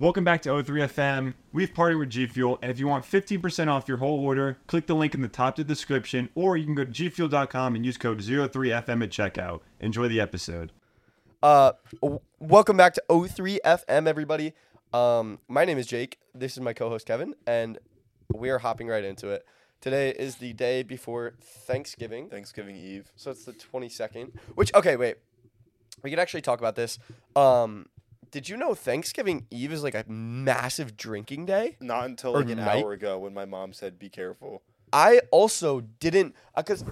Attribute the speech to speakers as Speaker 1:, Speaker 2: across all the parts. Speaker 1: Welcome back to O3FM. We've partnered with G Fuel, and if you want 15% off your whole order, click the link in the top of the description, or you can go to gfuel.com and use code 03FM at checkout. Enjoy the episode.
Speaker 2: Uh, w- welcome back to O3FM, everybody. Um, my name is Jake. This is my co-host Kevin, and we are hopping right into it. Today is the day before Thanksgiving,
Speaker 3: Thanksgiving Eve.
Speaker 2: so it's the twenty second. Which okay, wait, we could actually talk about this. Um, did you know Thanksgiving Eve is like a massive drinking day?
Speaker 3: Not until
Speaker 2: Or
Speaker 3: like an
Speaker 2: night?
Speaker 3: hour ago when my mom said, "Be careful."
Speaker 2: I also didn't uh, because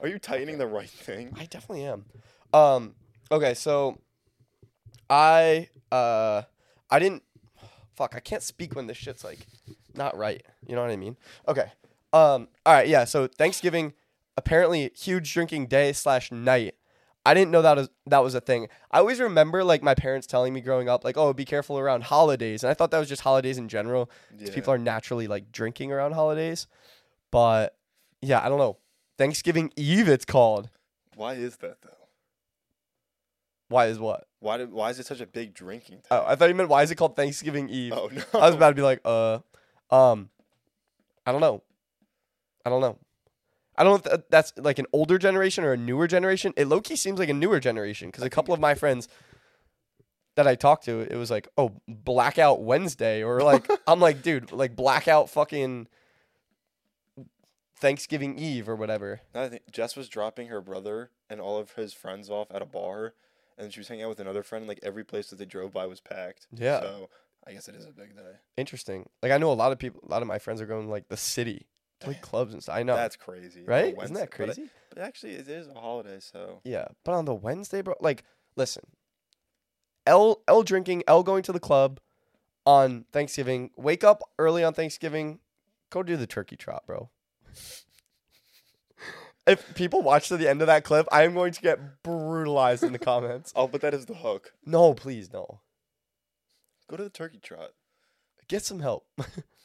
Speaker 3: Are you tightening the right thing?
Speaker 2: I definitely am. Um. Okay. So, I uh, I didn't. Fuck. I can't speak when this shit's like not right. You know what I mean? Okay. Um. All right. Yeah. So Thanksgiving, apparently huge drinking day slash night. I didn't know that was that was a thing. I always remember like my parents telling me growing up, like, "Oh, be careful around holidays," and I thought that was just holidays in general, because
Speaker 3: Yeah.
Speaker 2: people are naturally like drinking around holidays. But yeah, I don't know. Thanksgiving Eve, it's called.
Speaker 3: Why is that though?
Speaker 2: Why is what?
Speaker 3: Why did, Why is it such a big drinking time?
Speaker 2: Oh, I thought you meant why is it called Thanksgiving Eve?
Speaker 3: Oh, no.
Speaker 2: I was about to be like, uh, um, I don't know. I don't know. I don't know if tha- that's like an older generation or a newer generation. It low key seems like a newer generation because a couple of my friends that I talked to, it was like, oh, Blackout Wednesday, or like, I'm like, dude, like Blackout fucking Thanksgiving Eve or whatever.
Speaker 3: Now I think Jess was dropping her brother and all of his friends off at a bar, and she was hanging out with another friend. And, like every place that they drove by was packed.
Speaker 2: Yeah.
Speaker 3: So I guess it is a big day.
Speaker 2: Interesting. Like, I know a lot of people, a lot of my friends are going like the city, to, like
Speaker 3: Damn.
Speaker 2: clubs and stuff. I know.
Speaker 3: That's crazy. on a
Speaker 2: right? Isn't
Speaker 3: Wednesday,
Speaker 2: that
Speaker 3: but it-
Speaker 2: crazy?
Speaker 3: But, actually, it is a holiday, so
Speaker 2: Yeah, but on the Wednesday, bro. Like, listen, L L drinking, L going to the club on Thanksgiving. Wake up early on Thanksgiving. Go do the turkey trot, bro. if people watch to the end of that clip, I am going to get brutalized in the comments.
Speaker 3: oh, but that is the hook.
Speaker 2: No, please, no.
Speaker 3: Go to the turkey trot.
Speaker 2: Get some help.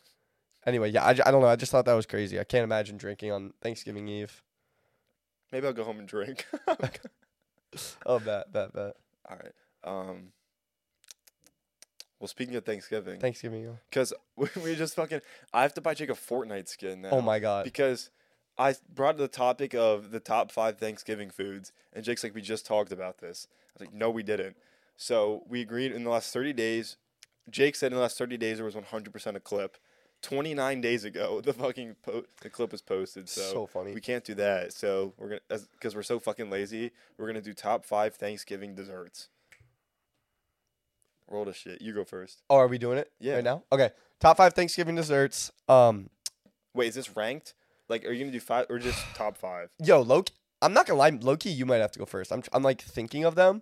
Speaker 2: anyway, yeah, I, j- I don't know. I just thought that was crazy. I can't imagine drinking on Thanksgiving Eve.
Speaker 3: Maybe I'll go home and drink.
Speaker 2: Oh, bet, bet, bet.
Speaker 3: all right. Um. Well, speaking of Thanksgiving,
Speaker 2: Thanksgiving Eve.
Speaker 3: because we, we just fucking, I have to buy Jake a Fortnite skin now.
Speaker 2: Oh, my God.
Speaker 3: because I brought the topic of the top five Thanksgiving foods, and Jake's like, "We just talked about this." I was like, "No, we didn't." So we agreed in the last thirty days. Jake said in the last thirty days there was one hundred percent a clip. Twenty nine days ago, the fucking po- the clip was posted. So,
Speaker 2: So funny.
Speaker 3: We can't do that. So we're gonna because we're so fucking lazy. We're gonna do top five Thanksgiving desserts. Roll the shit. You go first.
Speaker 2: Oh, are we doing it?
Speaker 3: Yeah.
Speaker 2: Right now? Okay. Top five Thanksgiving desserts. Um,
Speaker 3: Wait, is this ranked? Like, are you gonna do five or just top five?
Speaker 2: yo, Loki. I'm not gonna lie, Loki. You might have to go first. I'm, tr- I'm like thinking of them,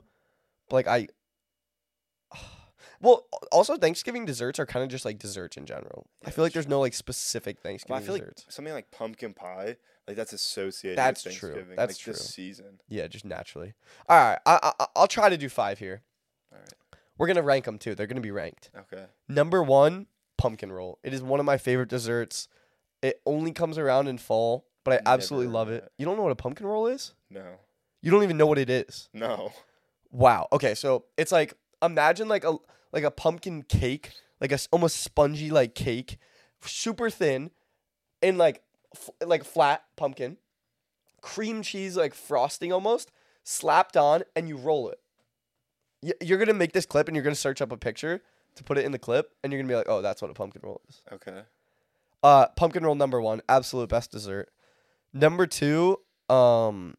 Speaker 2: but like I. Well, al- also Thanksgiving desserts are kind of just like desserts in general. I
Speaker 3: Yeah,
Speaker 2: feel like
Speaker 3: that's
Speaker 2: there's no like specific
Speaker 3: Well,
Speaker 2: Thanksgiving
Speaker 3: I feel like
Speaker 2: desserts.
Speaker 3: something like pumpkin pie, like that's associated.
Speaker 2: That's true.
Speaker 3: with Thanksgiving,
Speaker 2: That's
Speaker 3: like
Speaker 2: true.
Speaker 3: This season.
Speaker 2: Yeah, just naturally. All right, I, I I'll try to do five here.
Speaker 3: All right.
Speaker 2: We're gonna rank them too. They're gonna be ranked.
Speaker 3: Okay.
Speaker 2: Number one, pumpkin roll. It is one of my favorite desserts. It only comes around in fall, but I
Speaker 3: Never
Speaker 2: absolutely
Speaker 3: heard
Speaker 2: love
Speaker 3: of
Speaker 2: it.
Speaker 3: that.
Speaker 2: You don't know what a pumpkin roll is?
Speaker 3: No.
Speaker 2: You don't even know what it is.
Speaker 3: No.
Speaker 2: Wow. Okay, so it's like imagine like a like a pumpkin cake, like a s- almost spongy like cake, super thin, and like f- like flat pumpkin, cream cheese like frosting almost slapped on, and you roll it. Y- You're gonna make this clip, and you're gonna search up a picture to put it in the clip, and you're gonna be like, "Oh, that's what a pumpkin roll is."
Speaker 3: Okay.
Speaker 2: Uh, pumpkin roll number one, absolute best dessert. Number two, um,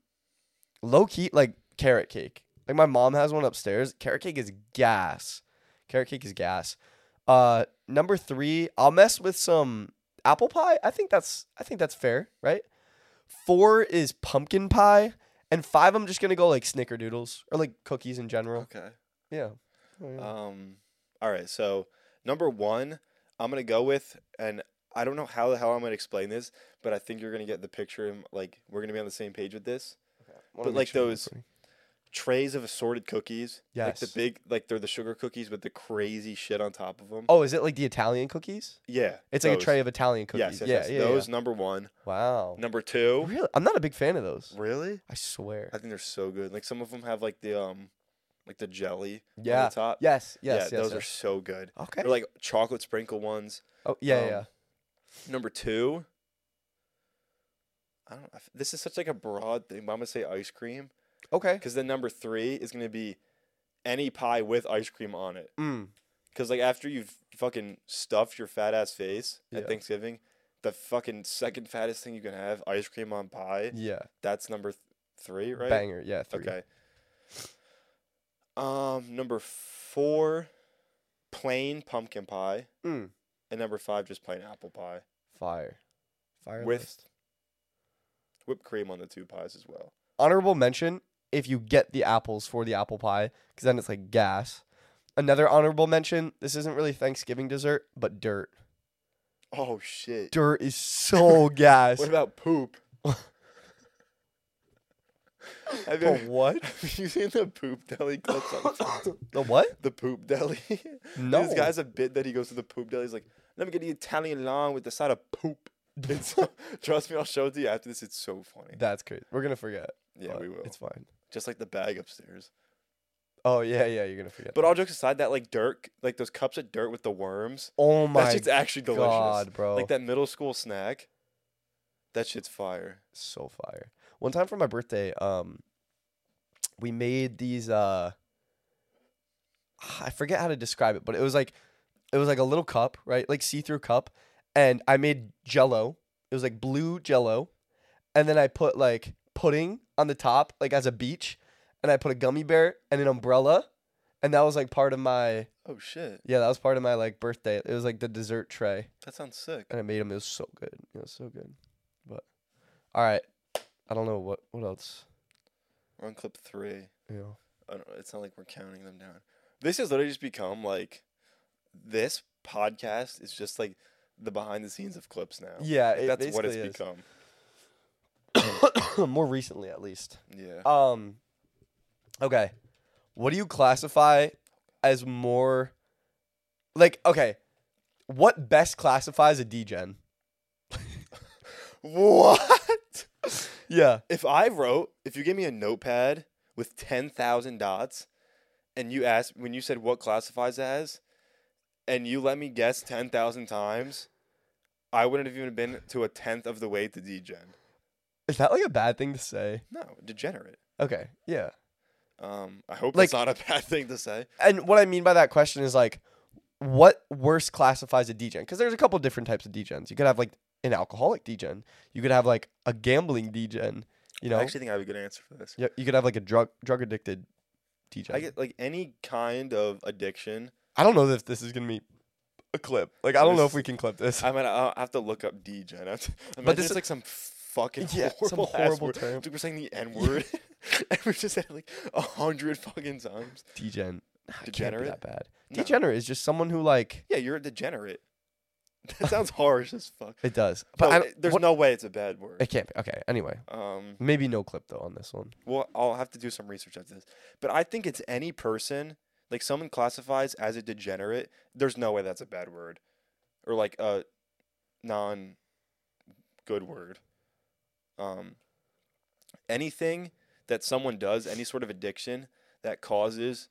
Speaker 2: low key like carrot cake. Like my mom has one upstairs. Carrot cake is gas. Carrot cake is gas. Uh, number three, I'll mess with some apple pie. I think that's I think that's fair, right? Four is pumpkin pie, and five I'm just gonna go like snickerdoodles or like cookies in general.
Speaker 3: Okay.
Speaker 2: Yeah. Oh, yeah.
Speaker 3: Um. All right. So number one, I'm gonna go with, and I don't know how the hell I'm gonna explain this, but I think you're gonna get the picture. and, Like we're gonna be on the same page with this.
Speaker 2: Wanna
Speaker 3: but,
Speaker 2: make
Speaker 3: like,
Speaker 2: sure I'm
Speaker 3: those-
Speaker 2: recording.
Speaker 3: Trays of assorted cookies. Like the
Speaker 2: Yes.
Speaker 3: big, like they're the sugar cookies with the crazy shit on top of them.
Speaker 2: Oh, is it like the Italian cookies?
Speaker 3: yeah.
Speaker 2: It's like a tray of Italian cookies.
Speaker 3: Yes, yes,
Speaker 2: yeah,
Speaker 3: yes.
Speaker 2: yeah, yeah.
Speaker 3: Those number one.
Speaker 2: Wow.
Speaker 3: Number
Speaker 2: Oh,
Speaker 3: two.
Speaker 2: Really? I'm not a big fan of those.
Speaker 3: Really?
Speaker 2: I swear.
Speaker 3: I think they're so good. Like some of them have like the um, like the jelly on
Speaker 2: Yeah.
Speaker 3: the top.
Speaker 2: Yes. Yes.
Speaker 3: yeah,
Speaker 2: yes,
Speaker 3: those are
Speaker 2: yes.
Speaker 3: so good.
Speaker 2: okay.
Speaker 3: They're like chocolate sprinkle ones.
Speaker 2: oh yeah.
Speaker 3: um,
Speaker 2: yeah.
Speaker 3: Number two, I don't. I f- This is such like a broad thing, but I'm gonna say ice cream
Speaker 2: Okay.
Speaker 3: because then number three is gonna be any pie with ice cream on it.
Speaker 2: Mm.
Speaker 3: Because like after you've fucking stuffed your fat ass face at
Speaker 2: Yeah.
Speaker 3: Thanksgiving, the fucking second fattest thing you can have, ice cream on pie.
Speaker 2: Yeah.
Speaker 3: That's number th- three, right?
Speaker 2: Banger. Yeah. Three.
Speaker 3: Okay. Um, number four, plain pumpkin pie,
Speaker 2: Mm.
Speaker 3: and number five, just plain apple pie,
Speaker 2: Fire. Fire.
Speaker 3: With-
Speaker 2: list.
Speaker 3: whipped cream on the two pies as well.
Speaker 2: honorable mention if you get the apples for the apple pie because then it's like gas another honorable mention this isn't really thanksgiving dessert but dirt
Speaker 3: Oh shit!
Speaker 2: dirt is so gas
Speaker 3: What about poop? have, you,
Speaker 2: But what
Speaker 3: have you seen the poop deli clips? on-
Speaker 2: the what
Speaker 3: the poop deli.
Speaker 2: No.
Speaker 3: This guy's a bit that he goes to the poop deli. He's like, let me get the Italian long with the side of poop. It's, trust me, I'll show it to you after this. It's so funny.
Speaker 2: that's crazy we're gonna forget
Speaker 3: yeah,
Speaker 2: but
Speaker 3: we will.
Speaker 2: it's fine
Speaker 3: Just like the bag upstairs.
Speaker 2: oh yeah yeah you're gonna forget
Speaker 3: But all jokes aside, that like dirt, like those cups of dirt with the worms,
Speaker 2: oh
Speaker 3: that
Speaker 2: my
Speaker 3: shit's actually delicious.
Speaker 2: god bro
Speaker 3: Like that middle school snack, that shit's fire.
Speaker 2: so fire. One time for my birthday, um, we made these. Uh, I forget how to describe it, but it was like, it was like a little cup, right? Like see-through cup, and I made Jello. It was like blue Jello, and then I put like pudding on the top, like as a beach, and I put a gummy bear and an umbrella, and that was like part of my
Speaker 3: Oh shit,
Speaker 2: yeah, that was part of my like birthday. It was like the dessert tray
Speaker 3: that sounds sick.
Speaker 2: and I made them. It was so good. It was so good. But all right, I don't know what what else.
Speaker 3: We're on clip three.
Speaker 2: You know,
Speaker 3: I don't, it's not like we're counting them down. This has literally just become like this podcast is just like the behind the scenes of clips now.
Speaker 2: yeah,
Speaker 3: Like,
Speaker 2: it
Speaker 3: that's what it's
Speaker 2: basically
Speaker 3: become.
Speaker 2: is. More recently, at least.
Speaker 3: Yeah.
Speaker 2: Um, okay, what do you classify as more? Like, okay, what best classifies a degen?
Speaker 3: What?
Speaker 2: Yeah,
Speaker 3: If I wrote, if you gave me a notepad with 10,000 dots and you asked, when you said what classifies as, and you let me guess 10,000 times, I wouldn't have even been to a tenth of the way to degen.
Speaker 2: is that like a bad thing to say?
Speaker 3: No, degenerate.
Speaker 2: Okay, yeah.
Speaker 3: Um, I hope
Speaker 2: Like-
Speaker 3: that's not a bad thing to say.
Speaker 2: and what I mean by that question is like, what worse classifies a degen? Because there's a couple different types of degens. You could have like an alcoholic degen. You could have like a gambling degen. You know,
Speaker 3: I actually think I have a good answer for this.
Speaker 2: yeah. You could have like a drug drug addicted degen.
Speaker 3: I
Speaker 2: I,
Speaker 3: get like any kind of addiction.
Speaker 2: don't know if this is gonna be a clip. Like I
Speaker 3: So
Speaker 2: don't know
Speaker 3: this
Speaker 2: if we can clip this.
Speaker 3: I might I'll have to look up degen. I have to- imagine
Speaker 2: this
Speaker 3: it's
Speaker 2: is-
Speaker 3: like some fucking
Speaker 2: Yeah, some
Speaker 3: horrible, ass
Speaker 2: horrible
Speaker 3: word.
Speaker 2: term.
Speaker 3: Dude, we're saying the n word, and we just said it like a hundred fucking times.
Speaker 2: degen. Nah, it can't be
Speaker 3: Degenerate?
Speaker 2: that bad.
Speaker 3: No.
Speaker 2: Degenerate is just someone who like
Speaker 3: Yeah, you're a degenerate. That sounds harsh as fuck.
Speaker 2: it does. But
Speaker 3: But
Speaker 2: I don't,
Speaker 3: there's
Speaker 2: what-
Speaker 3: no way it's a bad word.
Speaker 2: It can't be okay. Anyway,
Speaker 3: Um,
Speaker 2: maybe no clip though on this one.
Speaker 3: well, I'll have to do some research after this. But I think it's any person like someone classifies as a degenerate. There's no way that's a bad word, or like a non good word. Um, anything that someone does, any sort of addiction that causes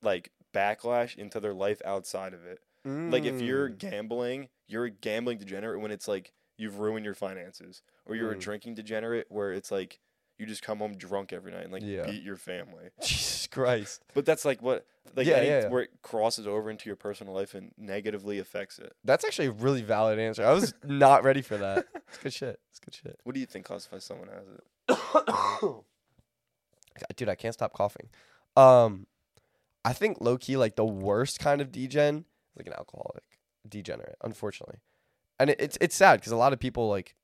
Speaker 3: like backlash into their life outside of it. Like if you're
Speaker 2: Mm.
Speaker 3: gambling, you're a gambling degenerate when it's like you've ruined your finances, or you're a
Speaker 2: Mm.
Speaker 3: drinking degenerate where it's like you just come home drunk every night and like
Speaker 2: Yeah.
Speaker 3: beat your family.
Speaker 2: Jesus Christ.
Speaker 3: But that's like what like
Speaker 2: Yeah,
Speaker 3: any,
Speaker 2: yeah, yeah.
Speaker 3: where it crosses over into your personal life and negatively affects it.
Speaker 2: That's actually a really valid answer. I was not ready for that. It's good shit. It's good shit.
Speaker 3: What do you think classifies someone as it?
Speaker 2: Dude, I can't stop coughing. Um, I think low key like the worst kind of degen is like an alcoholic degenerate, unfortunately, and it, it's it's sad because a lot of people like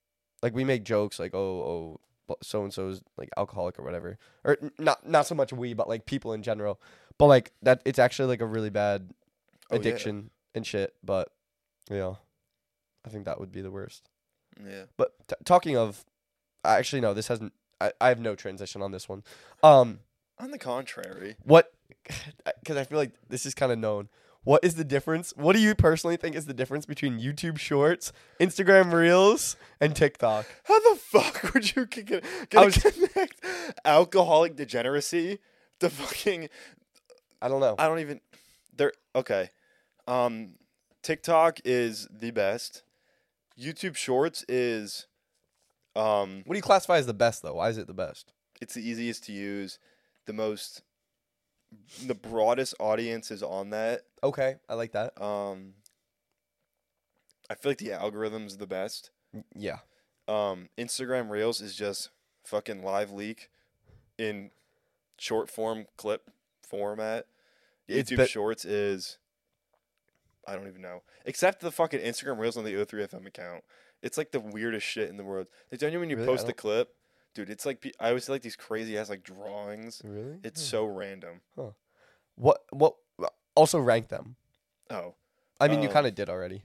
Speaker 2: like we make jokes like oh oh so and so is like alcoholic or whatever or n- not not so much we but like people in general, but like that it's actually like a really bad
Speaker 3: Oh, yeah.
Speaker 2: addiction and shit. But yeah, I think that would be the worst.
Speaker 3: Yeah.
Speaker 2: But t- talking of, I actually no, this hasn't. I, I have no transition on this one. Um,
Speaker 3: On the contrary,
Speaker 2: what? Because I feel like this is kind of known. What is the difference? What do you personally think is the difference between YouTube Shorts, Instagram Reels, and TikTok?
Speaker 3: how the fuck would you c- get,
Speaker 2: I
Speaker 3: get
Speaker 2: was-
Speaker 3: connect alcoholic degeneracy to fucking
Speaker 2: I don't know.
Speaker 3: I don't even. They're okay. Um, TikTok is the best. YouTube Shorts is, um,
Speaker 2: What do you classify as the best though? Why is it the best?
Speaker 3: it's the easiest to use, the most, the broadest audience is on that.
Speaker 2: Okay, I like that.
Speaker 3: Um, I feel like the algorithm's the best.
Speaker 2: Yeah.
Speaker 3: Um, Instagram Reels is just fucking live leak in short form clip format.
Speaker 2: It's
Speaker 3: YouTube
Speaker 2: bet-
Speaker 3: Shorts is I don't even know. Except the fucking Instagram Reels on the O3FM account. It's like the weirdest shit in the world. Like, don't you when you
Speaker 2: Really? I
Speaker 3: post the
Speaker 2: don't-
Speaker 3: clip, dude? It's like pe- I always see, like these crazy ass like drawings.
Speaker 2: Really?
Speaker 3: It's so random.
Speaker 2: what what also rank them.
Speaker 3: Oh,
Speaker 2: I mean, you
Speaker 3: Um,
Speaker 2: kind of did already.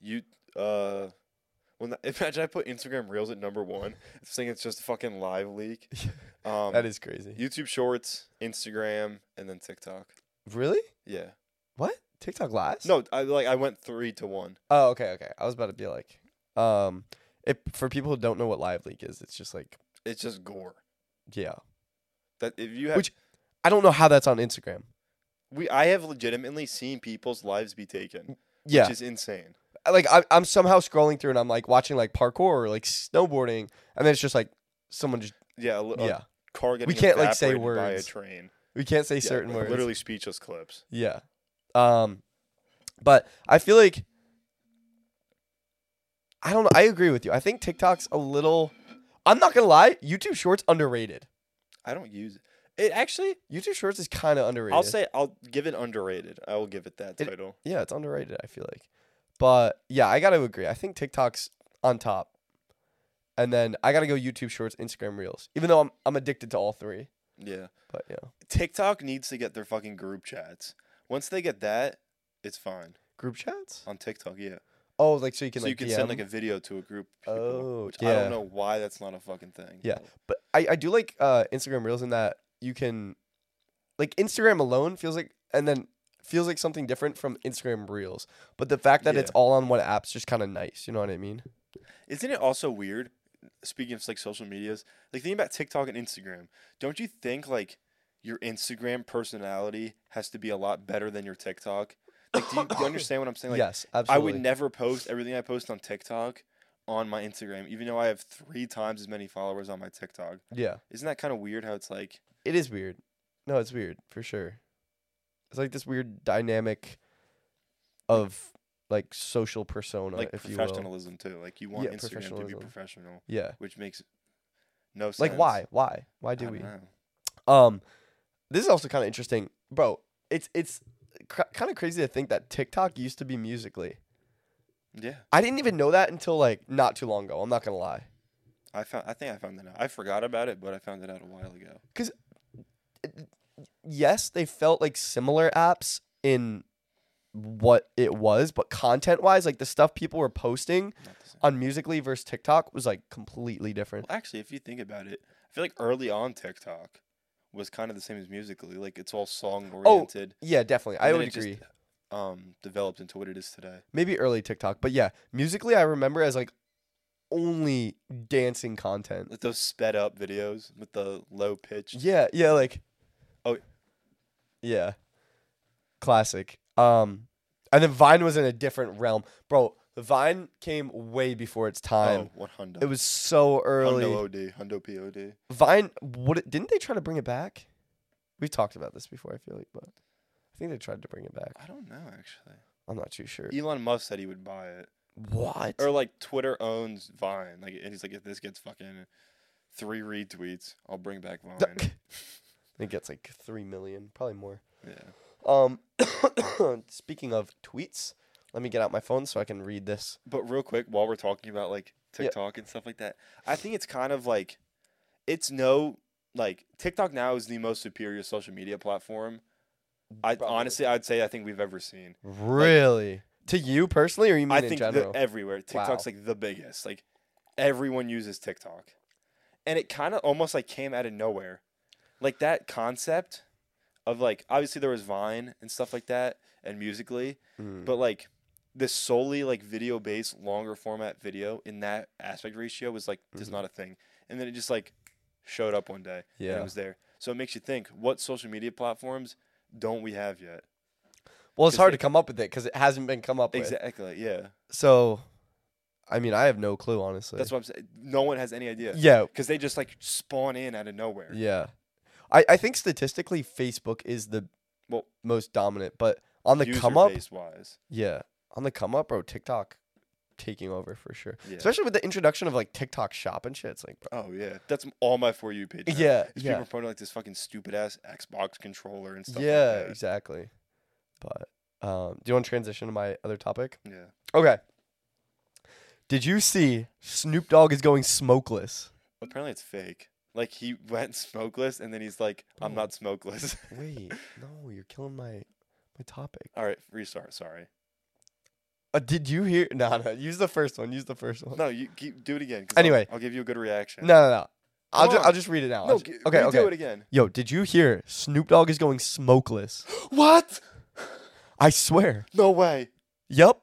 Speaker 3: you uh, well, not- imagine I put Instagram Reels at number one. Saying it's just a fucking live leak. Um,
Speaker 2: that is crazy.
Speaker 3: YouTube Shorts, Instagram, and then TikTok.
Speaker 2: really?
Speaker 3: Yeah.
Speaker 2: What? TikTok last?
Speaker 3: No, I like I went three to one.
Speaker 2: Oh, okay, okay. I was about to be like, um, if for people who don't know what live leak is, it's just like,
Speaker 3: It's just gore.
Speaker 2: yeah.
Speaker 3: That if you have
Speaker 2: Which- I don't know how that's on Instagram.
Speaker 3: we I have legitimately seen people's lives be taken,
Speaker 2: Yeah,
Speaker 3: which is insane.
Speaker 2: I- like I, I'm somehow scrolling through and I'm like watching like parkour or like snowboarding, and then it's just like someone just
Speaker 3: Yeah, a, li- a
Speaker 2: yeah.
Speaker 3: car getting
Speaker 2: can't, like, say
Speaker 3: evaporated by a
Speaker 2: words.
Speaker 3: train.
Speaker 2: We can't say
Speaker 3: Yeah,
Speaker 2: certain
Speaker 3: like,
Speaker 2: words.
Speaker 3: Literally speechless clips.
Speaker 2: Yeah. Um, but I feel like I don't know. I agree with you. I think TikTok's a little. I'm not gonna lie. YouTube Shorts underrated.
Speaker 3: I don't use it. It actually,
Speaker 2: YouTube Shorts is kind of underrated.
Speaker 3: I'll say I'll give it underrated. I will give it that
Speaker 2: It-
Speaker 3: title.
Speaker 2: Yeah, it's underrated. I feel like, but yeah, I gotta agree. I think TikTok's on top, and then I gotta go YouTube Shorts, Instagram Reels. Even though I'm I'm addicted to all three,
Speaker 3: Yeah,
Speaker 2: but yeah,
Speaker 3: TikTok needs to get their fucking group chats. Once they get that, it's fine
Speaker 2: group chats.
Speaker 3: on TikTok. Yeah,
Speaker 2: Oh, like so you can
Speaker 3: so
Speaker 2: like
Speaker 3: you can send
Speaker 2: DM?
Speaker 3: like a video to a group. of people,
Speaker 2: Oh,
Speaker 3: which I
Speaker 2: yeah.
Speaker 3: don't know why that's not a fucking thing.
Speaker 2: Yeah. But I, I do like uh, Instagram Reels in that you can, like Instagram alone feels like, and then feels like something different from Instagram Reels. But the fact that it's
Speaker 3: Yeah.
Speaker 2: all on one app's just kind of nice. You know what I mean?
Speaker 3: Isn't it also weird? Speaking of like social medias, like thinking about TikTok and Instagram, don't you think like your Instagram personality has to be a lot better than your TikTok? Like, do you, do you understand what I'm saying? Like,
Speaker 2: yes,
Speaker 3: I
Speaker 2: absolutely.
Speaker 3: would never post everything I post on TikTok on my Instagram, even though I have three times as many followers on my TikTok.
Speaker 2: yeah,
Speaker 3: Isn't that kind of weird? How it's like,
Speaker 2: it is weird. No, it's weird for sure. It's like this weird dynamic of like social persona,
Speaker 3: like
Speaker 2: if you will.
Speaker 3: professionalism too. Like you want
Speaker 2: Yeah,
Speaker 3: Instagram to be
Speaker 2: professionalism.
Speaker 3: professional,
Speaker 2: Yeah.
Speaker 3: which makes no sense.
Speaker 2: Like why? Why? Why
Speaker 3: I
Speaker 2: do
Speaker 3: don't
Speaker 2: we?
Speaker 3: know.
Speaker 2: Um, this is also kind of interesting, bro. It's it's cr- kind of crazy to think that TikTok used to be Musically.
Speaker 3: Yeah,
Speaker 2: I didn't even know that until like not too long ago. I'm not gonna lie.
Speaker 3: I found. I think I found it out. I forgot about it, but I found it out a while ago.
Speaker 2: Yes, they felt like similar apps in what it was, but content wise, like the stuff people were posting
Speaker 3: Not the same.
Speaker 2: on Musically versus TikTok was like completely different.
Speaker 3: Well, actually, if you think about it, I feel like early on TikTok was kind of the same as Musically. Like it's all song oriented.
Speaker 2: Yeah, definitely. Oh, I would agree.
Speaker 3: Just, um, developed into what it is today.
Speaker 2: Maybe early TikTok, but yeah, Musically I remember as like only dancing content.
Speaker 3: Like those sped up videos with the low pitch.
Speaker 2: Yeah, yeah, like
Speaker 3: Oh.
Speaker 2: Yeah. Classic. Um and then Vine was in a different realm. Bro, Vine came way before its time.
Speaker 3: Oh, what Hundo?
Speaker 2: It was so
Speaker 3: Hundo
Speaker 2: early.
Speaker 3: OD, Hundo POD.
Speaker 2: Vine what it- didn't they try to bring it back? We've talked about this before, I feel like, but I think they tried to bring it back.
Speaker 3: I don't know actually.
Speaker 2: I'm not too sure.
Speaker 3: Elon Musk said he would buy it,
Speaker 2: What?
Speaker 3: or like Twitter owns Vine. Like and he's like, if this gets fucking three retweets, I'll bring back Vine.
Speaker 2: it gets like 3 million, probably more.
Speaker 3: yeah.
Speaker 2: Um speaking of tweets, let me get out my phone so I can read this.
Speaker 3: But real quick, while we're talking about like
Speaker 2: Yeah.
Speaker 3: TikTok and stuff like that, I think it's kind of like it's no like TikTok now is the most superior social media platform. I
Speaker 2: Probably.
Speaker 3: honestly, I'd say I think we've ever seen.
Speaker 2: Really? to you personally, or you mean
Speaker 3: I
Speaker 2: in
Speaker 3: think
Speaker 2: general?
Speaker 3: that everywhere TikTok's
Speaker 2: Wow.
Speaker 3: like the biggest. Like everyone uses TikTok, and it kind of almost like came out of nowhere. Like that concept of like obviously there was Vine and stuff like that, and Musically,
Speaker 2: Mm.
Speaker 3: but like this solely like video based longer format video in that aspect ratio was like just
Speaker 2: Mhm.
Speaker 3: not a thing and then it just like showed up one day and
Speaker 2: Yeah.
Speaker 3: it was there so it makes you think what social media platforms don't we have yet?
Speaker 2: Well, it's
Speaker 3: 'Cause
Speaker 2: hard
Speaker 3: they-
Speaker 2: to come up with it because it hasn't been come up with.
Speaker 3: Exactly. Yeah.
Speaker 2: So, I mean, I have no clue, honestly.
Speaker 3: That's what I'm saying. No one has any idea.
Speaker 2: yeah,
Speaker 3: Because they just like spawn in out of nowhere.
Speaker 2: yeah. I, I think statistically, Facebook is the
Speaker 3: Well-
Speaker 2: most dominant, but on the come up,
Speaker 3: wise.
Speaker 2: yeah, on the come up, bro, TikTok taking over for sure.
Speaker 3: Yeah.
Speaker 2: Especially with the introduction of like TikTok Shop and shit. It's like, bro,
Speaker 3: Oh yeah, that's all my for you page. now.
Speaker 2: yeah,
Speaker 3: These
Speaker 2: yeah,
Speaker 3: people are promoting like this fucking stupid ass Xbox controller and stuff. like
Speaker 2: yeah,
Speaker 3: that.
Speaker 2: exactly. But um, do you want to transition to my other topic?
Speaker 3: Yeah.
Speaker 2: Okay. Did you see Snoop Dogg is going smokeless?
Speaker 3: Apparently it's fake. Like he went smokeless and then he's like, I'm
Speaker 2: Oh.
Speaker 3: not smokeless.
Speaker 2: Wait, no, you're killing my my topic.
Speaker 3: all right, restart. Sorry.
Speaker 2: Uh, did you hear? No, no. Use the first one. Use the first one. No,
Speaker 3: No, you keep, do it again. 'cause I'll-
Speaker 2: Anyway.
Speaker 3: I'll, give you a good reaction.
Speaker 2: no, no. I'll
Speaker 3: Come
Speaker 2: just
Speaker 3: on.
Speaker 2: I'll just read it now. I'll
Speaker 3: no.
Speaker 2: ju-
Speaker 3: g-
Speaker 2: okay,
Speaker 3: redo
Speaker 2: okay.
Speaker 3: it again.
Speaker 2: Yo, did you hear? Snoop Dogg is going smokeless.
Speaker 3: What?
Speaker 2: I swear.
Speaker 3: No way.
Speaker 2: Yup.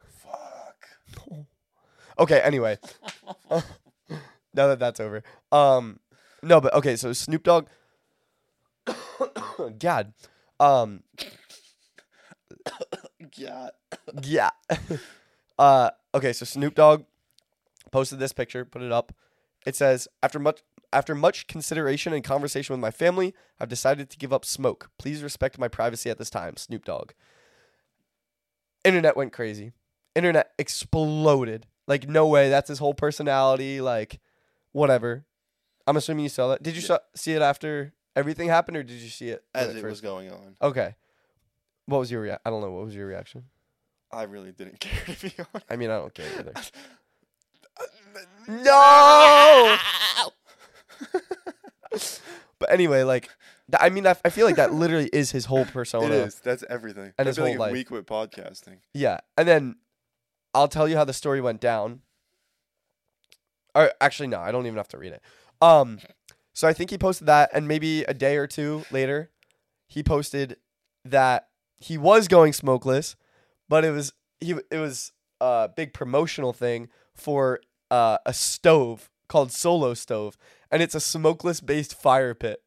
Speaker 3: Fuck.
Speaker 2: Okay. Anyway, now that that's over. Um, no, but okay. So Snoop Dogg. God. Um.
Speaker 3: God.
Speaker 2: yeah. uh, okay, so Snoop Dogg posted this picture, put it up. It says, after much after much consideration and conversation with my family, I've decided to give up smoke. Please respect my privacy at this time, Snoop Dogg. Internet went crazy. Internet exploded. Like, no way, that's his whole personality, like whatever. I'm assuming you saw that. Did you
Speaker 3: Yeah.
Speaker 2: saw, see it after everything happened or did you see it when
Speaker 3: As it was going on,
Speaker 2: Okay. What was your rea- I don't know, what was your reaction?
Speaker 3: I really didn't care to be honest.
Speaker 2: I mean, I don't care either.
Speaker 3: No.
Speaker 2: But anyway, like, th- I mean, I, f- I feel like that literally is his whole persona.
Speaker 3: It is. That's everything.
Speaker 2: And
Speaker 3: And
Speaker 2: his
Speaker 3: it's like
Speaker 2: whole life.
Speaker 3: a week with podcasting.
Speaker 2: Yeah. And then I'll tell you how the story went down. Or actually, no, I don't even have to read it. Um, so I think he posted that, and maybe a day or two later, he posted that he was going smokeless, but it was he it was a big promotional thing for uh, a stove called Solo Stove, and it's a smokeless based fire pit.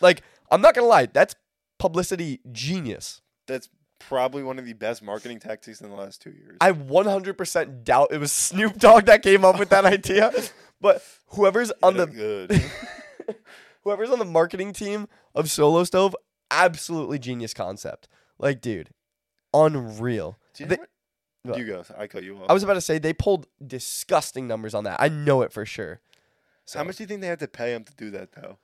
Speaker 2: like I'm not gonna lie, that's publicity genius.
Speaker 3: That's probably one of the best marketing tactics in the last two years.
Speaker 2: I 100% doubt it was Snoop Dogg that came up with that idea, but whoever's on
Speaker 3: Hit it
Speaker 2: the
Speaker 3: good.
Speaker 2: whoever's on the marketing team of Solo Stove, absolutely genius concept. Like, dude, unreal.
Speaker 3: Do you,
Speaker 2: They-
Speaker 3: know
Speaker 2: What?
Speaker 3: what? you go. I cut you off.
Speaker 2: I was about to say they pulled disgusting numbers on that. I know it for sure.
Speaker 3: How much do you think they had to pay him to do that though?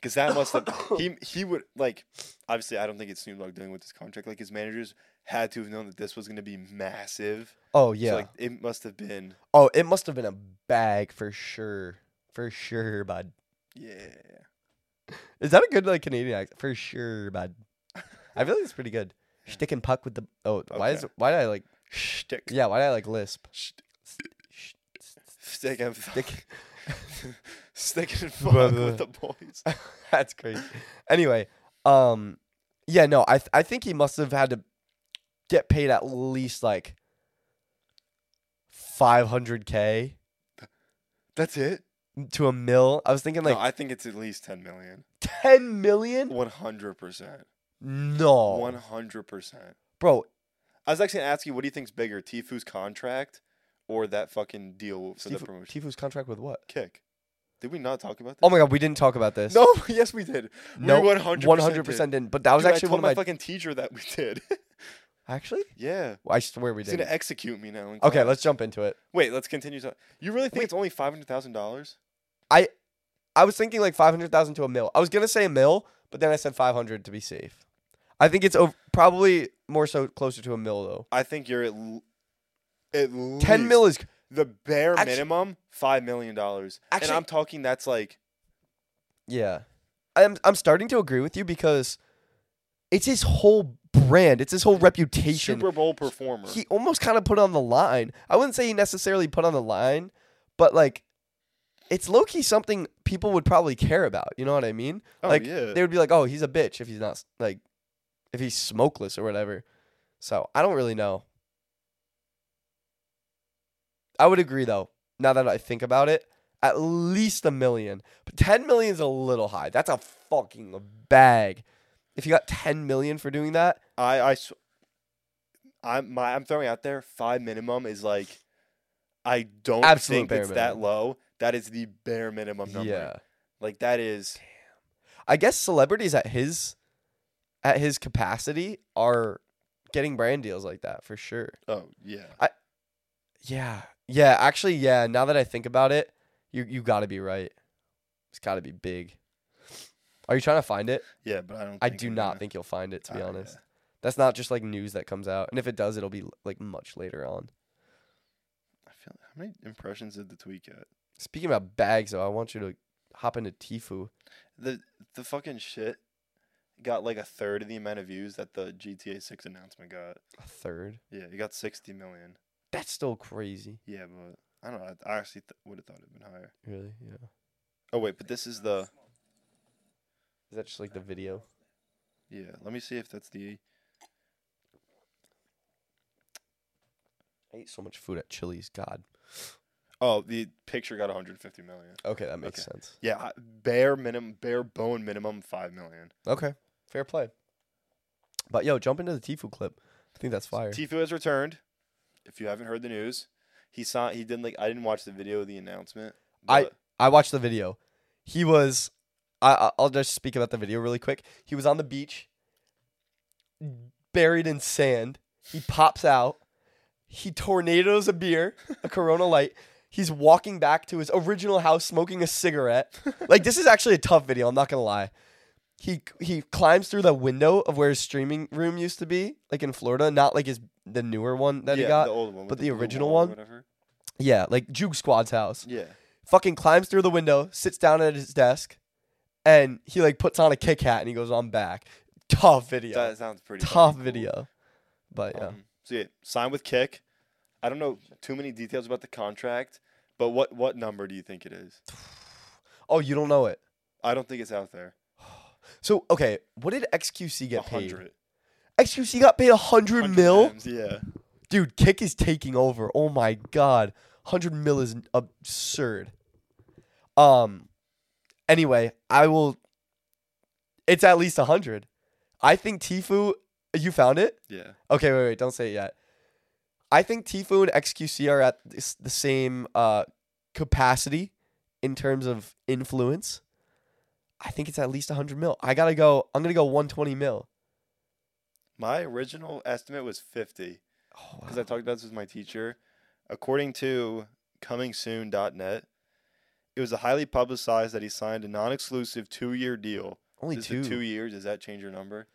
Speaker 3: Because that must have he he would like obviously I don't think it's Snoop Dogg dealing with this contract. Like his managers had to have known that this was going to be massive.
Speaker 2: Oh
Speaker 3: So,
Speaker 2: yeah.
Speaker 3: like it must have been
Speaker 2: oh, it must have been a bag for sure. For sure, bud.
Speaker 3: yeah.
Speaker 2: Is that a good like Canadian accent? For sure, bud. I feel like it's pretty good. Stick and puck with the oh, why is
Speaker 3: Okay.
Speaker 2: why did I like
Speaker 3: Shtick.
Speaker 2: yeah, why did I like lisp?
Speaker 3: Shtick. Stick and
Speaker 2: Stick.
Speaker 3: stick. stick and fuck
Speaker 2: Brother.
Speaker 3: with the boys.
Speaker 2: That's crazy. Anyway, um, yeah, no, I th- I think he must have had to get paid at least like five hundred k
Speaker 3: That's it.
Speaker 2: to a mill. I was thinking like
Speaker 3: no, I think it's at least ten million.
Speaker 2: ten million.
Speaker 3: One hundred percent.
Speaker 2: No,
Speaker 3: One hundred percent.
Speaker 2: bro,
Speaker 3: I was actually gonna ask you, what do you think's bigger, Tifu's contract or that fucking deal for the
Speaker 2: Tifu,
Speaker 3: promotion?
Speaker 2: Tifu's contract with what?
Speaker 3: kick. Did we not talk about that?
Speaker 2: Oh my god, we didn't talk about this.
Speaker 3: No, yes we did.
Speaker 2: no,
Speaker 3: one hundred,
Speaker 2: one hundred percent didn't. But that was actually
Speaker 3: I
Speaker 2: one
Speaker 3: told
Speaker 2: of
Speaker 3: my,
Speaker 2: my.
Speaker 3: fucking teacher that we did.
Speaker 2: actually,
Speaker 3: yeah,
Speaker 2: I swear we
Speaker 3: he's gonna
Speaker 2: didn't.
Speaker 3: execute me now. in
Speaker 2: Okay,
Speaker 3: class.
Speaker 2: let's jump into it.
Speaker 3: Wait, let's continue. talking. You really think
Speaker 2: Wait.
Speaker 3: it's only five hundred thousand dollars?
Speaker 2: I was thinking like five hundred thousand to a mil. I was gonna say a mil, but then I said five hundred to be safe. I think it's ov- probably more so closer to a mil though.
Speaker 3: I think you're at l- at least
Speaker 2: Ten mil is
Speaker 3: the bare
Speaker 2: Actu-
Speaker 3: minimum five million dollars.
Speaker 2: Actually-
Speaker 3: and I'm talking that's like
Speaker 2: yeah. I'm I'm starting to agree with you because it's his whole brand. It's his whole reputation.
Speaker 3: Super Bowl performer.
Speaker 2: he almost kind of put on the line. I wouldn't say he necessarily put on the line, but like it's low key something people would probably care about. You know what I mean?
Speaker 3: oh
Speaker 2: like,
Speaker 3: yeah,
Speaker 2: they would be like, "Oh, he's a bitch if he's not s- like if he's smokeless or whatever." So I don't really know. I would agree though. Now that I think about it, at least a million, but ten million is a little high. That's a fucking bag. If you got 10 million for doing that,
Speaker 3: I I sw- I'm my, I'm throwing out there five minimum is like I don't
Speaker 2: Absolute
Speaker 3: think
Speaker 2: bare
Speaker 3: it's that
Speaker 2: minimum.
Speaker 3: low. That is the bare minimum number.
Speaker 2: yeah.
Speaker 3: Like that is
Speaker 2: I guess celebrities at his at his capacity are getting brand deals like that for sure.
Speaker 3: oh yeah.
Speaker 2: Yeah. Yeah, actually yeah, now that I think about it, you you got to be right. It's got to be big. Are you trying to find it?
Speaker 3: Yeah, but I don't
Speaker 2: I
Speaker 3: think
Speaker 2: do
Speaker 3: we're
Speaker 2: not
Speaker 3: gonna-
Speaker 2: think you'll find it to be
Speaker 3: Ah,
Speaker 2: honest.
Speaker 3: yeah.
Speaker 2: That's not just like news that comes out. And if it does, it'll be like much later on.
Speaker 3: I feel how many impressions did the tweet get?
Speaker 2: Speaking about bags though, I want you to hop into Tifu.
Speaker 3: The the fucking shit got like a third of the amount of views that the GTA six announcement got.
Speaker 2: A third.
Speaker 3: Yeah, it got sixty million.
Speaker 2: That's still crazy.
Speaker 3: Yeah, but I don't know. I I actually th- would have thought it'd been higher.
Speaker 2: Really? Yeah.
Speaker 3: Oh wait, but this is the
Speaker 2: Is that just like the video?
Speaker 3: yeah. Let me see if that's the
Speaker 2: I ate so much food at Chili's. God.
Speaker 3: oh the picture got one hundred fifty million.
Speaker 2: Okay, that makes sense.
Speaker 3: Yeah, I- bare minimum, bare bone minimum five million.
Speaker 2: Okay, fair play. But yo, jump into the Tifu clip. I think that's fire.
Speaker 3: Tifu has returned. If you haven't heard the news, he saw he didn't like. I didn't watch the video of the announcement. but-
Speaker 2: I watched the video. He was. I I- I'll just speak about the video really quick. He was on the beach, buried in sand. He pops out. He tornadoes a beer, a Corona Light. He's walking back to his original house, smoking a cigarette. Like this is actually a tough video. I'm not gonna lie. He he climbs through the window of where his streaming room used to be, like in Florida, not like his the newer one that
Speaker 3: yeah,
Speaker 2: he got.
Speaker 3: the old one, with
Speaker 2: but the
Speaker 3: blue
Speaker 2: original
Speaker 3: wall or
Speaker 2: one?
Speaker 3: whatever.
Speaker 2: Yeah, like Juke Squad's house.
Speaker 3: Yeah,
Speaker 2: Fucking climbs through the window, sits down at his desk, and he like puts on a kick hat and he goes, "I'm back." Tough video.
Speaker 3: that sounds pretty fucking
Speaker 2: Tough
Speaker 3: cool.
Speaker 2: video. But yeah,
Speaker 3: Um, so yeah, sign with Kick. I don't know too many details about the contract, but what what number do you think it is?
Speaker 2: oh, you don't know it.
Speaker 3: I don't think it's out there.
Speaker 2: So okay, what did XQC get paid?
Speaker 3: 100.
Speaker 2: XQC got paid a hundred
Speaker 3: 100
Speaker 2: mil.
Speaker 3: M's, Yeah.
Speaker 2: Dude, Kick is taking over. Oh my god, hundred mil is absurd. Um, anyway, I will. It's at least a hundred. I think Tifu. You found it.
Speaker 3: Yeah.
Speaker 2: Okay, wait, wait, don't say it yet. I think Tifu and XQC are at this, the same uh, capacity in terms of influence. I think it's at least 100 mil. I gotta go. I'm gonna go 120 mil.
Speaker 3: My original estimate was 50
Speaker 2: Oh,
Speaker 3: because I talked about this with my teacher. According to comingsoon.net, it was highly publicized that he signed a non-exclusive two-year deal.
Speaker 2: only
Speaker 3: Is
Speaker 2: two.
Speaker 3: it two
Speaker 2: two.
Speaker 3: years? Does that change your number?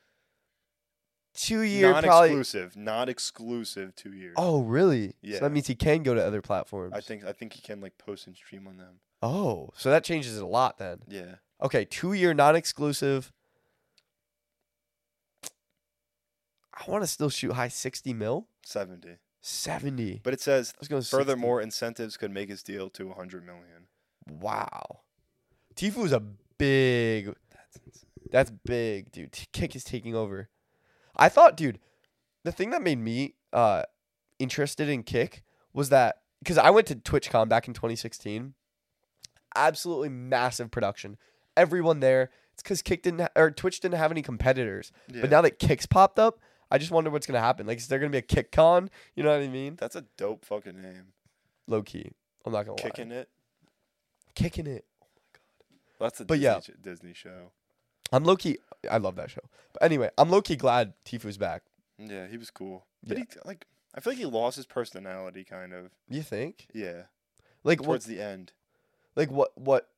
Speaker 2: year probably.
Speaker 3: non-exclusive, not exclusive two years.
Speaker 2: Oh, really? So
Speaker 3: Yeah.
Speaker 2: that means he can go to other platforms.
Speaker 3: I think I think he can like post and stream on them.
Speaker 2: Oh, so that changes it a lot then.
Speaker 3: Yeah.
Speaker 2: Okay, two year non exclusive. I want to still shoot high 60 mil,
Speaker 3: 70.
Speaker 2: 70.
Speaker 3: But it says
Speaker 2: I was going
Speaker 3: furthermore incentives could make his deal to 100 million.
Speaker 2: Wow. Tifu's a big
Speaker 3: That's insane.
Speaker 2: that's big, dude. T- Kick is taking over. I thought, dude, the thing that made me uh interested in Kick was that cuz I went to TwitchCon back in 2016. Absolutely massive production. Everyone there. It's cuz Kick didn't ha- or Twitch didn't have any competitors.
Speaker 3: Yeah.
Speaker 2: But now that Kick's popped up, I just wonder what's going to happen. Like is there going to be a Kick Con? You know what I mean?
Speaker 3: that's a dope fucking name.
Speaker 2: Low key. I'm not going to lie.
Speaker 3: Kicking it.
Speaker 2: Kicking it.
Speaker 3: That's a
Speaker 2: But
Speaker 3: Disney
Speaker 2: yeah.
Speaker 3: sh- Disney show.
Speaker 2: I'm low key. I love that show. But anyway, I'm low key glad Tifu's back.
Speaker 3: Yeah, he was cool. But
Speaker 2: Yeah.
Speaker 3: he like I feel like he lost his personality kind of.
Speaker 2: You think?
Speaker 3: Yeah.
Speaker 2: Like what?
Speaker 3: Towards the end.
Speaker 2: Like what? What?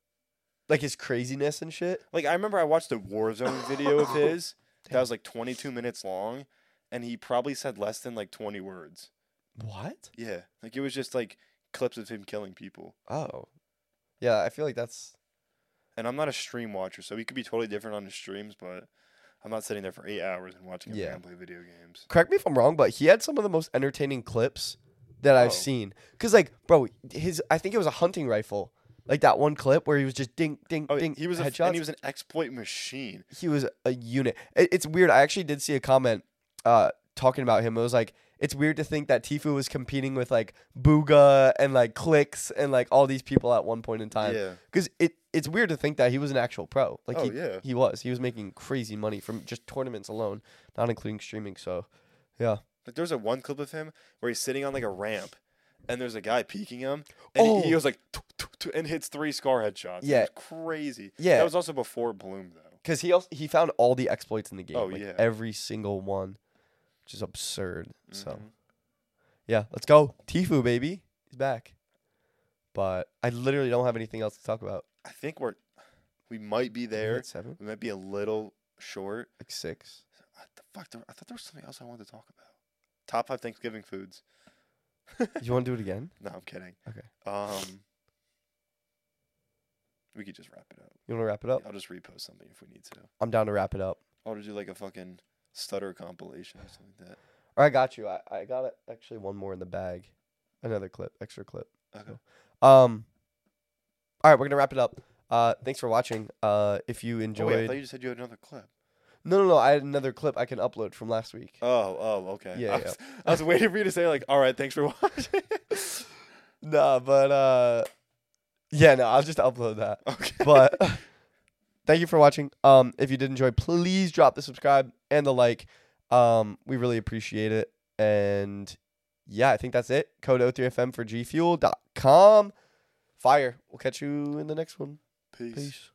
Speaker 2: Like his craziness and shit.
Speaker 3: Like I remember I watched a Warzone video of his that was like 22 minutes long and he probably said less than like 20 words.
Speaker 2: What?
Speaker 3: Yeah. Like it was just like clips of him killing people.
Speaker 2: Oh, yeah. I feel like that's
Speaker 3: And I'm not a stream watcher, so he could be totally different on his streams, but I'm not sitting there for 8 hours and watching him
Speaker 2: Yeah.
Speaker 3: man play video games.
Speaker 2: correct me if I'm wrong, but he had some of the most entertaining clips that I've
Speaker 3: Oh.
Speaker 2: seen. Cause like, bro, his I think it was a hunting rifle. Like that one clip where he was just ding, ding,
Speaker 3: Oh,
Speaker 2: ding.
Speaker 3: he was a, f-
Speaker 2: headshots.
Speaker 3: and he was an exploit machine.
Speaker 2: he was a unit. It- it's weird. I actually did see a comment uh, talking about him. It was like it's weird to think that Tifu was competing with like Booga and like Clicks and like all these people at one point in time.
Speaker 3: Yeah.
Speaker 2: Because it it's weird to think that he was an actual pro. Like
Speaker 3: Oh,
Speaker 2: he,
Speaker 3: yeah.
Speaker 2: he was. He was making crazy money from just tournaments alone, not including streaming. So yeah.
Speaker 3: Like there's a one clip of him where he's sitting on like a ramp, and there's a guy peeking him, and he- he
Speaker 2: Oh.
Speaker 3: goes like "Tuk, tuk, tuk," and hits three scar headshots. It
Speaker 2: Yeah.
Speaker 3: was crazy.
Speaker 2: Yeah.
Speaker 3: that was also before Bloom though.
Speaker 2: Because he also he found all the exploits in the game.
Speaker 3: Oh,
Speaker 2: like,
Speaker 3: yeah.
Speaker 2: Every single one. Which is absurd. So
Speaker 3: Mhm.
Speaker 2: yeah, let's go. Tifu baby. He's back. But I literally don't have anything else to talk about.
Speaker 3: I think we're we might be
Speaker 2: Are we at
Speaker 3: there.
Speaker 2: seven?
Speaker 3: We might be a little short.
Speaker 2: Like six.
Speaker 3: I, the fuck, there, I thought there was something else I wanted to talk about. Top five Thanksgiving foods.
Speaker 2: you wanna do it again?
Speaker 3: No, I'm kidding.
Speaker 2: Okay.
Speaker 3: Um, we could just wrap it up.
Speaker 2: You wanna wrap it up?
Speaker 3: I'll just repost something if we need to.
Speaker 2: I'm down to wrap it up.
Speaker 3: I'll just do like a fucking stutter compilation or something like that.
Speaker 2: Or I got you. I, I got it. Actually, one more in the bag. Another clip, extra clip.
Speaker 3: Okay.
Speaker 2: Um. All right, we're gonna wrap it up. Uh, thanks for watching. Uh, if you
Speaker 3: Oh, wait, I
Speaker 2: enjoyed,
Speaker 3: thought you just said you had another clip.
Speaker 2: no, no, no, I had another clip I can upload from last week.
Speaker 3: Oh, oh, okay.
Speaker 2: Yeah,
Speaker 3: I
Speaker 2: yeah.
Speaker 3: was, I was waiting for you to say like, all right, thanks for watching.
Speaker 2: nah, but uh, yeah, no, I'll just upload that.
Speaker 3: okay.
Speaker 2: But thank you for watching. Um, if you did enjoy, please drop the subscribe and the like. Um, we really appreciate it. And yeah, I think that's it. Code O3FM for gfuel.com. Fire. We'll catch you in the next one.
Speaker 3: Peace.
Speaker 2: Peace.